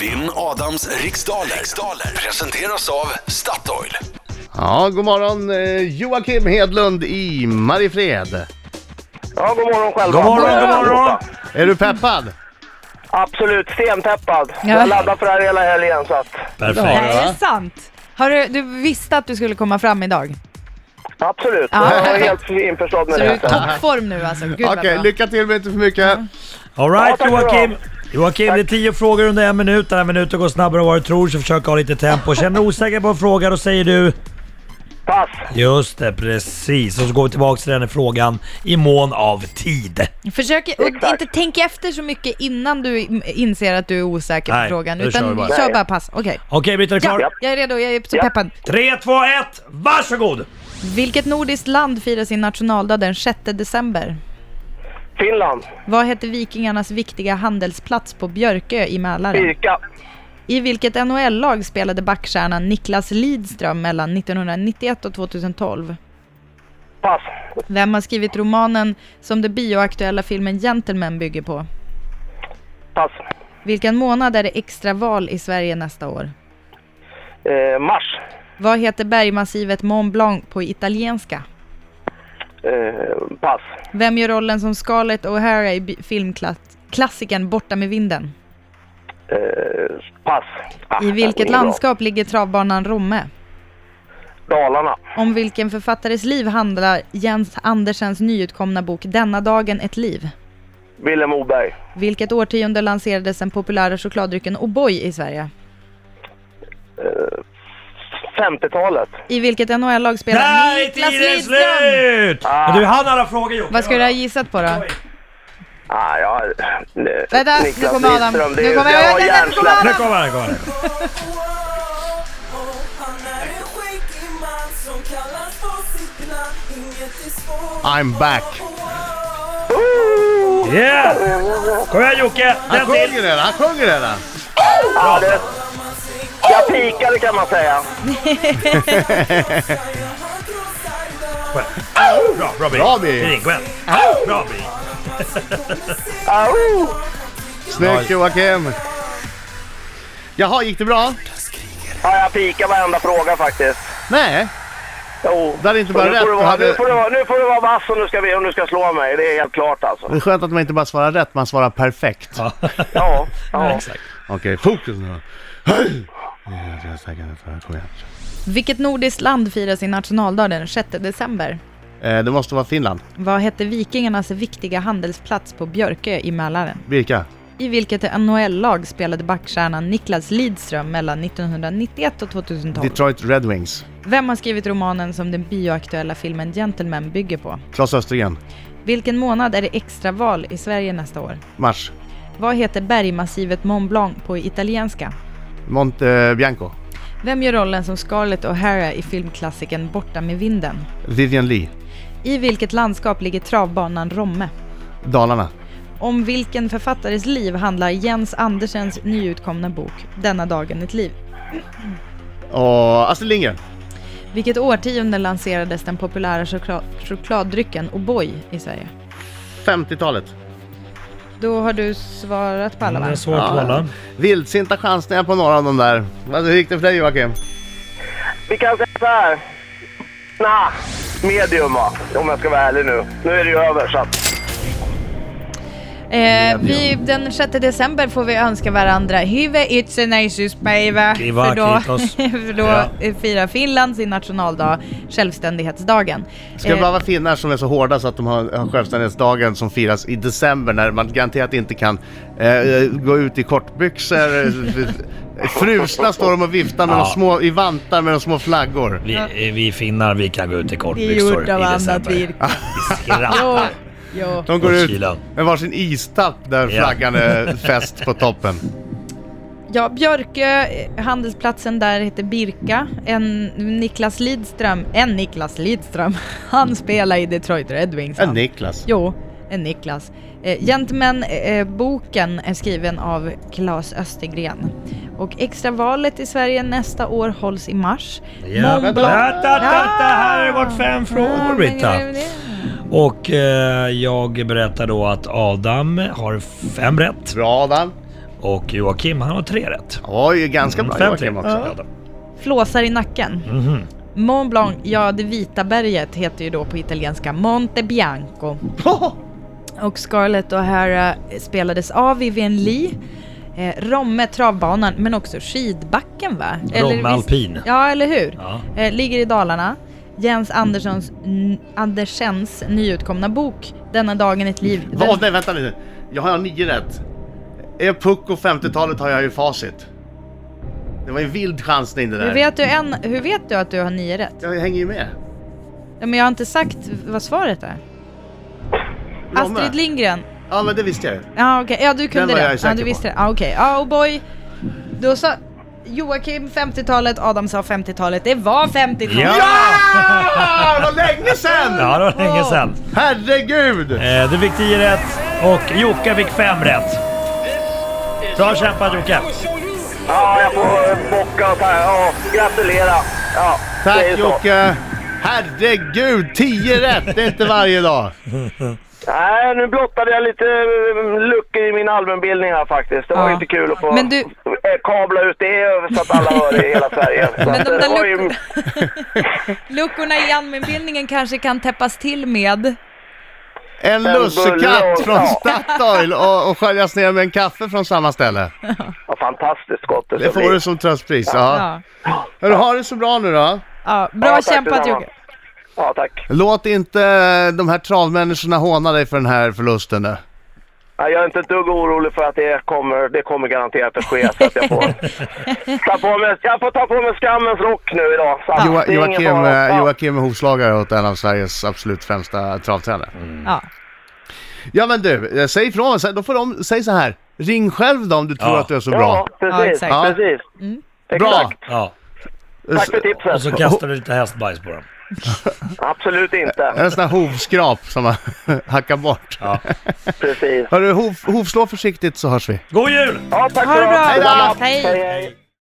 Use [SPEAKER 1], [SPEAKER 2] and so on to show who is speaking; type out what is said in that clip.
[SPEAKER 1] Vinn Adams riksdaler. riksdaler presenteras av Statoil.
[SPEAKER 2] Ja, god morgon eh, Joakim Hedlund i Mariefred.
[SPEAKER 3] Ja, god morgon själva.
[SPEAKER 4] God morgon, god morgon.
[SPEAKER 2] Är du peppad?
[SPEAKER 3] Absolut, stenpeppad.
[SPEAKER 5] Ja.
[SPEAKER 3] Jag laddar för det här hela helgen så att...
[SPEAKER 5] Det
[SPEAKER 4] Perfekt.
[SPEAKER 5] är det sant. Har du, du visste att du skulle komma fram idag?
[SPEAKER 3] Absolut,
[SPEAKER 5] Ja.
[SPEAKER 3] jag är helt införstådd med
[SPEAKER 5] Så du är i
[SPEAKER 3] det.
[SPEAKER 5] toppform nu alltså. Gud vad
[SPEAKER 2] Okej,
[SPEAKER 5] bra.
[SPEAKER 2] lycka till men inte för mycket.
[SPEAKER 4] All right,
[SPEAKER 3] Ja, tack ska du
[SPEAKER 4] Joakim.
[SPEAKER 3] ha.
[SPEAKER 4] Joakim, det är tio frågor under en minut. Den här minuten går snabbare än vad du tror, så försök ha lite tempo. Känner du osäker på en fråga, då säger du...
[SPEAKER 3] Pass.
[SPEAKER 4] Just det, precis. Och så går vi tillbaka till den här frågan i mån av tid.
[SPEAKER 5] Försök och
[SPEAKER 3] Exakt.
[SPEAKER 5] inte tänka efter så mycket innan du inser att du är osäker på
[SPEAKER 4] Nej,
[SPEAKER 5] frågan.
[SPEAKER 4] nu
[SPEAKER 5] Utan
[SPEAKER 4] kör vi bara.
[SPEAKER 5] kör bara pass. Okej.
[SPEAKER 4] Okej, Britta, är du klar?
[SPEAKER 5] Ja, jag är redo. Jag är så
[SPEAKER 3] Ja.
[SPEAKER 5] peppad.
[SPEAKER 4] 3, 2, 1, varsågod!
[SPEAKER 5] Vilket nordiskt land firar sin nationaldag den 6 december?
[SPEAKER 3] Finland.
[SPEAKER 5] Vad hette vikingarnas viktiga handelsplats på Björkö i Mälaren?
[SPEAKER 3] Birka.
[SPEAKER 5] I vilket NHL-lag spelade backstjärnan Niklas Lidström mellan 1991 och 2012?
[SPEAKER 3] Pass.
[SPEAKER 5] Vem har skrivit romanen som den bioaktuella filmen Gentlemen bygger på?
[SPEAKER 3] Pass.
[SPEAKER 5] Vilken månad är det extra val i Sverige nästa år?
[SPEAKER 3] Eh, mars.
[SPEAKER 5] Vad heter bergmassivet Mont Blanc på italienska?
[SPEAKER 3] Eh, pass.
[SPEAKER 5] Vem gör rollen som Scarlett O'Hara i bi- filmklassikern Borta med vinden?
[SPEAKER 3] Eh, pass. Ah,
[SPEAKER 5] I vilket
[SPEAKER 3] det är bra.
[SPEAKER 5] landskap ligger travbanan Romme?
[SPEAKER 3] Dalarna.
[SPEAKER 5] Om vilken författares liv handlar Jens Andersens nyutkomna bok Denna dagen ett liv?
[SPEAKER 3] Vilhelm Moberg.
[SPEAKER 5] Vilket årtionde lanserades den populära chokladdrycken O'boy i Sverige?
[SPEAKER 3] 50-talet.
[SPEAKER 5] I vilket NHL-lag spelar
[SPEAKER 4] Där är
[SPEAKER 5] Niklas
[SPEAKER 4] tiden
[SPEAKER 5] Lidström?
[SPEAKER 4] slut! Men du hann alla frågor Jocke.
[SPEAKER 5] Vad skulle du ha gissat på då?
[SPEAKER 3] Ah, ja. ne-
[SPEAKER 5] Vänta, nu
[SPEAKER 3] Niklas
[SPEAKER 5] kommer Adam.
[SPEAKER 3] Lidström, det är-
[SPEAKER 5] Nu kommer-
[SPEAKER 3] jag har
[SPEAKER 5] vänta, vänta, nu kommer
[SPEAKER 3] hjärnsläpp.
[SPEAKER 4] Nu kommer han, nu kommer han.
[SPEAKER 2] I'm back.
[SPEAKER 4] Yeah! Kom igen Jocke!
[SPEAKER 2] Han
[SPEAKER 4] Den till!
[SPEAKER 2] sjunger redan, han sjunger redan.
[SPEAKER 3] Ja, det... Jag pikade kan man säga.
[SPEAKER 4] Bra, bra Bi.
[SPEAKER 2] Bra, Bi.
[SPEAKER 4] Bi, kom igen. Bra Bi.
[SPEAKER 3] Ah, oh.
[SPEAKER 2] Snyggt Joakim. Jaha, gick det bra?
[SPEAKER 3] ja, jag pikade varenda fråga faktiskt.
[SPEAKER 2] Nej,
[SPEAKER 3] Jo.
[SPEAKER 2] Det hade inte
[SPEAKER 3] Så
[SPEAKER 2] varit
[SPEAKER 3] nu
[SPEAKER 2] rätt,
[SPEAKER 3] får du
[SPEAKER 2] då
[SPEAKER 3] Vara,
[SPEAKER 2] hade-
[SPEAKER 3] nu, får du vara, nu får du vara vass om du, ska, om du ska slå mig. Det är helt klart alltså.
[SPEAKER 2] det är skönt att man inte bara svarar rätt, man svarar perfekt.
[SPEAKER 3] Ja. ja.
[SPEAKER 2] Okej, fokus nu då. Jag tror jag säkert att jag kom igen.
[SPEAKER 5] Vilket nordiskt land firar sin nationaldag den 6 december?
[SPEAKER 2] Eh, Det måste vara Finland.
[SPEAKER 5] Vad hette vikingarnas viktiga handelsplats på Björkö i Mälaren?
[SPEAKER 2] Birka.
[SPEAKER 5] I vilket NHL-lag spelade backstjärnan Niklas Lidström mellan 1991 och 2012?
[SPEAKER 2] Detroit Red Wings.
[SPEAKER 5] Vem har skrivit romanen som den bioaktuella filmen Gentlemen bygger på?
[SPEAKER 2] Claes Östergren.
[SPEAKER 5] Vilken månad är det extraval i Sverige nästa år?
[SPEAKER 2] Mars.
[SPEAKER 5] Vad heter bergmassivet Mont Blanc på italienska?
[SPEAKER 2] Monte eh, Bianco.
[SPEAKER 5] Vem gör rollen som Scarlett O'Hara i filmklassikern Borta med vinden?
[SPEAKER 2] Vivian Lee.
[SPEAKER 5] I vilket landskap ligger travbanan Romme?
[SPEAKER 2] Dalarna.
[SPEAKER 5] Om vilken författares liv handlar Jens Andersens nyutkomna bok Denna dagen ett liv?
[SPEAKER 2] Och Astrid Lindgren.
[SPEAKER 5] Vilket årtionde lanserades den populära chokla- chokladdrycken O'boy i Sverige?
[SPEAKER 2] 50-talet.
[SPEAKER 5] Då har du svarat på alla
[SPEAKER 4] Det är
[SPEAKER 5] va?
[SPEAKER 4] svårt att hålla.
[SPEAKER 2] Vildsinta chansningar på några av de där. Vad- Hur gick det för dig Joakim?
[SPEAKER 3] Vi kan säga så här. Nah, medium va, om jag ska vara ärlig nu. Nu är det ju över så att...
[SPEAKER 5] Eh, vi, den 6 december får vi önska varandra Hyvä itsenäisyys päivä.
[SPEAKER 4] Kiva,
[SPEAKER 5] För då,
[SPEAKER 4] kiitos.
[SPEAKER 5] för då
[SPEAKER 4] Ja.
[SPEAKER 5] eh, firar Finland sin nationaldag, självständighetsdagen.
[SPEAKER 2] Ska
[SPEAKER 5] Eh.
[SPEAKER 2] det bara vara finnar som är så hårda så att de har, har självständighetsdagen som firas i december när man garanterat inte kan eh, gå ut i kortbyxor. eh, Frusna står de och viftar med
[SPEAKER 4] Ja.
[SPEAKER 2] de små, i vantar med de små flaggor.
[SPEAKER 4] Vi, eh, vi finnar, vi kan gå ut i
[SPEAKER 5] det är
[SPEAKER 4] kortbyxor
[SPEAKER 5] gjort av
[SPEAKER 4] i
[SPEAKER 5] annat
[SPEAKER 4] december.
[SPEAKER 5] virke.
[SPEAKER 4] Vi skrattar.
[SPEAKER 5] Eh, Jo, jo.
[SPEAKER 2] De går
[SPEAKER 4] Och
[SPEAKER 2] ut
[SPEAKER 4] kylan.
[SPEAKER 2] med varsin istapp där
[SPEAKER 4] Ja.
[SPEAKER 2] flaggan är fäst på toppen.
[SPEAKER 5] Ja, Björkö, eh, handelsplatsen där heter Birka. En Niklas Lidström, en Niklas Lidström, han spelar i Detroit Red Wings.
[SPEAKER 2] En
[SPEAKER 5] han.
[SPEAKER 2] Niklas.
[SPEAKER 5] Jo, en Niklas. Eh, Gentlemen-boken är skriven av Claes Östergren. Och extravalet i Sverige nästa år hålls i mars.
[SPEAKER 4] Ja,
[SPEAKER 5] Mont
[SPEAKER 4] vänta,
[SPEAKER 5] Blanc-
[SPEAKER 4] vänta, vänta, här har det varit fem frågor Britta. Och eh, jag berättar då att Adam har fem rätt
[SPEAKER 2] Bra Adam.
[SPEAKER 4] Och Joakim, han har tre rätt.
[SPEAKER 2] Ja, ju ganska bra
[SPEAKER 4] Mm, Fem till.
[SPEAKER 2] Joakim också.
[SPEAKER 4] Ja.
[SPEAKER 5] Flåsar i nacken.
[SPEAKER 4] Mhm.
[SPEAKER 5] Mont Blanc, ja det vita berget heter ju då på italienska Monte Bianco. Och Scarlett O'Hara spelades av Vivien Leigh. Eh, Romme travbanan, men också skidbacken va?
[SPEAKER 4] Romme
[SPEAKER 5] visst-
[SPEAKER 4] alpin.
[SPEAKER 5] Ja, eller hur?
[SPEAKER 4] Ja.
[SPEAKER 5] Eh, ligger i Dalarna. Jens Anderssons, n- Andersens nyutkomna bok Denna dagen ett liv. Den-
[SPEAKER 2] Vad? Nej, vänta lite. Jag har nio rätt. Är Pucko 50-talet har jag ju facit. Det var en vild chansning det där.
[SPEAKER 5] hur, vet du en, hur vet du att du har nio rätt?
[SPEAKER 2] Jag hänger ju med.
[SPEAKER 5] Ja, men jag har inte sagt vad svaret är.
[SPEAKER 2] Jag med.
[SPEAKER 5] Astrid Lindgren.
[SPEAKER 2] Ja, men det visste jag ju.
[SPEAKER 5] Ja, okej. Ja, du kunde
[SPEAKER 2] var jag
[SPEAKER 5] det.
[SPEAKER 2] säker
[SPEAKER 5] Ja, du
[SPEAKER 2] på.
[SPEAKER 5] visste det. Ja, okej. Ja, och boy. Då sa Joakim 50-talet, Adam sa 50-talet. Det var 50-talet!
[SPEAKER 2] Ah, vad länge sedan!
[SPEAKER 4] Ja, det var länge sedan.
[SPEAKER 2] Herregud!
[SPEAKER 4] Eh, du fick 10 rätt och Jocke fick 5 rätt. Bra kämpat Jocke!
[SPEAKER 3] Ja, jag får eh, bocka och ta, ja, gratulera. Ja, det är
[SPEAKER 2] Tack
[SPEAKER 3] så.
[SPEAKER 2] Jocke! Herregud, 10 rätt! Det är inte varje dag.
[SPEAKER 3] Nej, nu blottade jag lite eh, luckor i min allmänbildning här faktiskt. Det var
[SPEAKER 5] Ja.
[SPEAKER 3] inte kul att få
[SPEAKER 5] Men du-
[SPEAKER 3] eh, kabla ut det så att alla hör det i hela Sverige. Så
[SPEAKER 5] Men
[SPEAKER 3] att,
[SPEAKER 5] de
[SPEAKER 3] eh, det
[SPEAKER 5] där
[SPEAKER 3] var ju-
[SPEAKER 5] luck- luckorna i allmänbildningen kanske kan täppas till med...
[SPEAKER 2] En
[SPEAKER 3] En bulle
[SPEAKER 2] lussekatt
[SPEAKER 3] och-
[SPEAKER 2] från
[SPEAKER 3] ja.
[SPEAKER 2] Statoil och, och sköljas ner med en kaffe från samma ställe.
[SPEAKER 3] ja, fantastiskt gott det,
[SPEAKER 2] Det
[SPEAKER 3] ska
[SPEAKER 2] får
[SPEAKER 3] bli.
[SPEAKER 2] du som tröstpris. Ja.
[SPEAKER 5] Ja.
[SPEAKER 2] Hörru, ha det så bra nu då.
[SPEAKER 5] Ja, bra
[SPEAKER 3] Ja, tack
[SPEAKER 5] kämpat
[SPEAKER 3] detsamma.
[SPEAKER 5] Jocke.
[SPEAKER 3] Ja, tack.
[SPEAKER 2] Låt inte eh, de här travmänniskorna håna dig för den här förlusten nu.
[SPEAKER 3] Nej, Jag är inte ett dugg orolig för att det kommer, det kommer garanterat att ske. Så att jag, får ta på mig, jag får ta på mig skammens rock nu idag. Så att
[SPEAKER 2] Jo,
[SPEAKER 3] det är ingen
[SPEAKER 2] Joakim,
[SPEAKER 3] fara.
[SPEAKER 2] eh,
[SPEAKER 3] Ja.
[SPEAKER 2] Joakim är hovslagare åt en av Sveriges absolut främsta travtränare.
[SPEAKER 5] Ja.
[SPEAKER 2] Ja men du, eh, säg ifrån. Sä- Då får de, säg så här. Ring själv då om du tror
[SPEAKER 4] Ja.
[SPEAKER 2] att du är så
[SPEAKER 3] Ja,
[SPEAKER 2] bra.
[SPEAKER 5] Ja,
[SPEAKER 3] precis.
[SPEAKER 5] exakt.
[SPEAKER 2] Ja.
[SPEAKER 5] Mm.
[SPEAKER 3] precis.
[SPEAKER 2] Bra!
[SPEAKER 3] Exakt.
[SPEAKER 4] Ja,
[SPEAKER 3] Tack för tipset.
[SPEAKER 4] och så kastar du lite hästbajs på dem.
[SPEAKER 3] Absolut inte.
[SPEAKER 2] En sån här hovskrap som man hackar bort.
[SPEAKER 3] Precis.
[SPEAKER 2] Hörru, hov, hovslå försiktigt så hörs vi.
[SPEAKER 4] God jul!
[SPEAKER 3] Ja, tack
[SPEAKER 5] Ha det
[SPEAKER 3] för
[SPEAKER 5] bra.
[SPEAKER 3] allt.
[SPEAKER 5] Hej.
[SPEAKER 3] Hej, hej.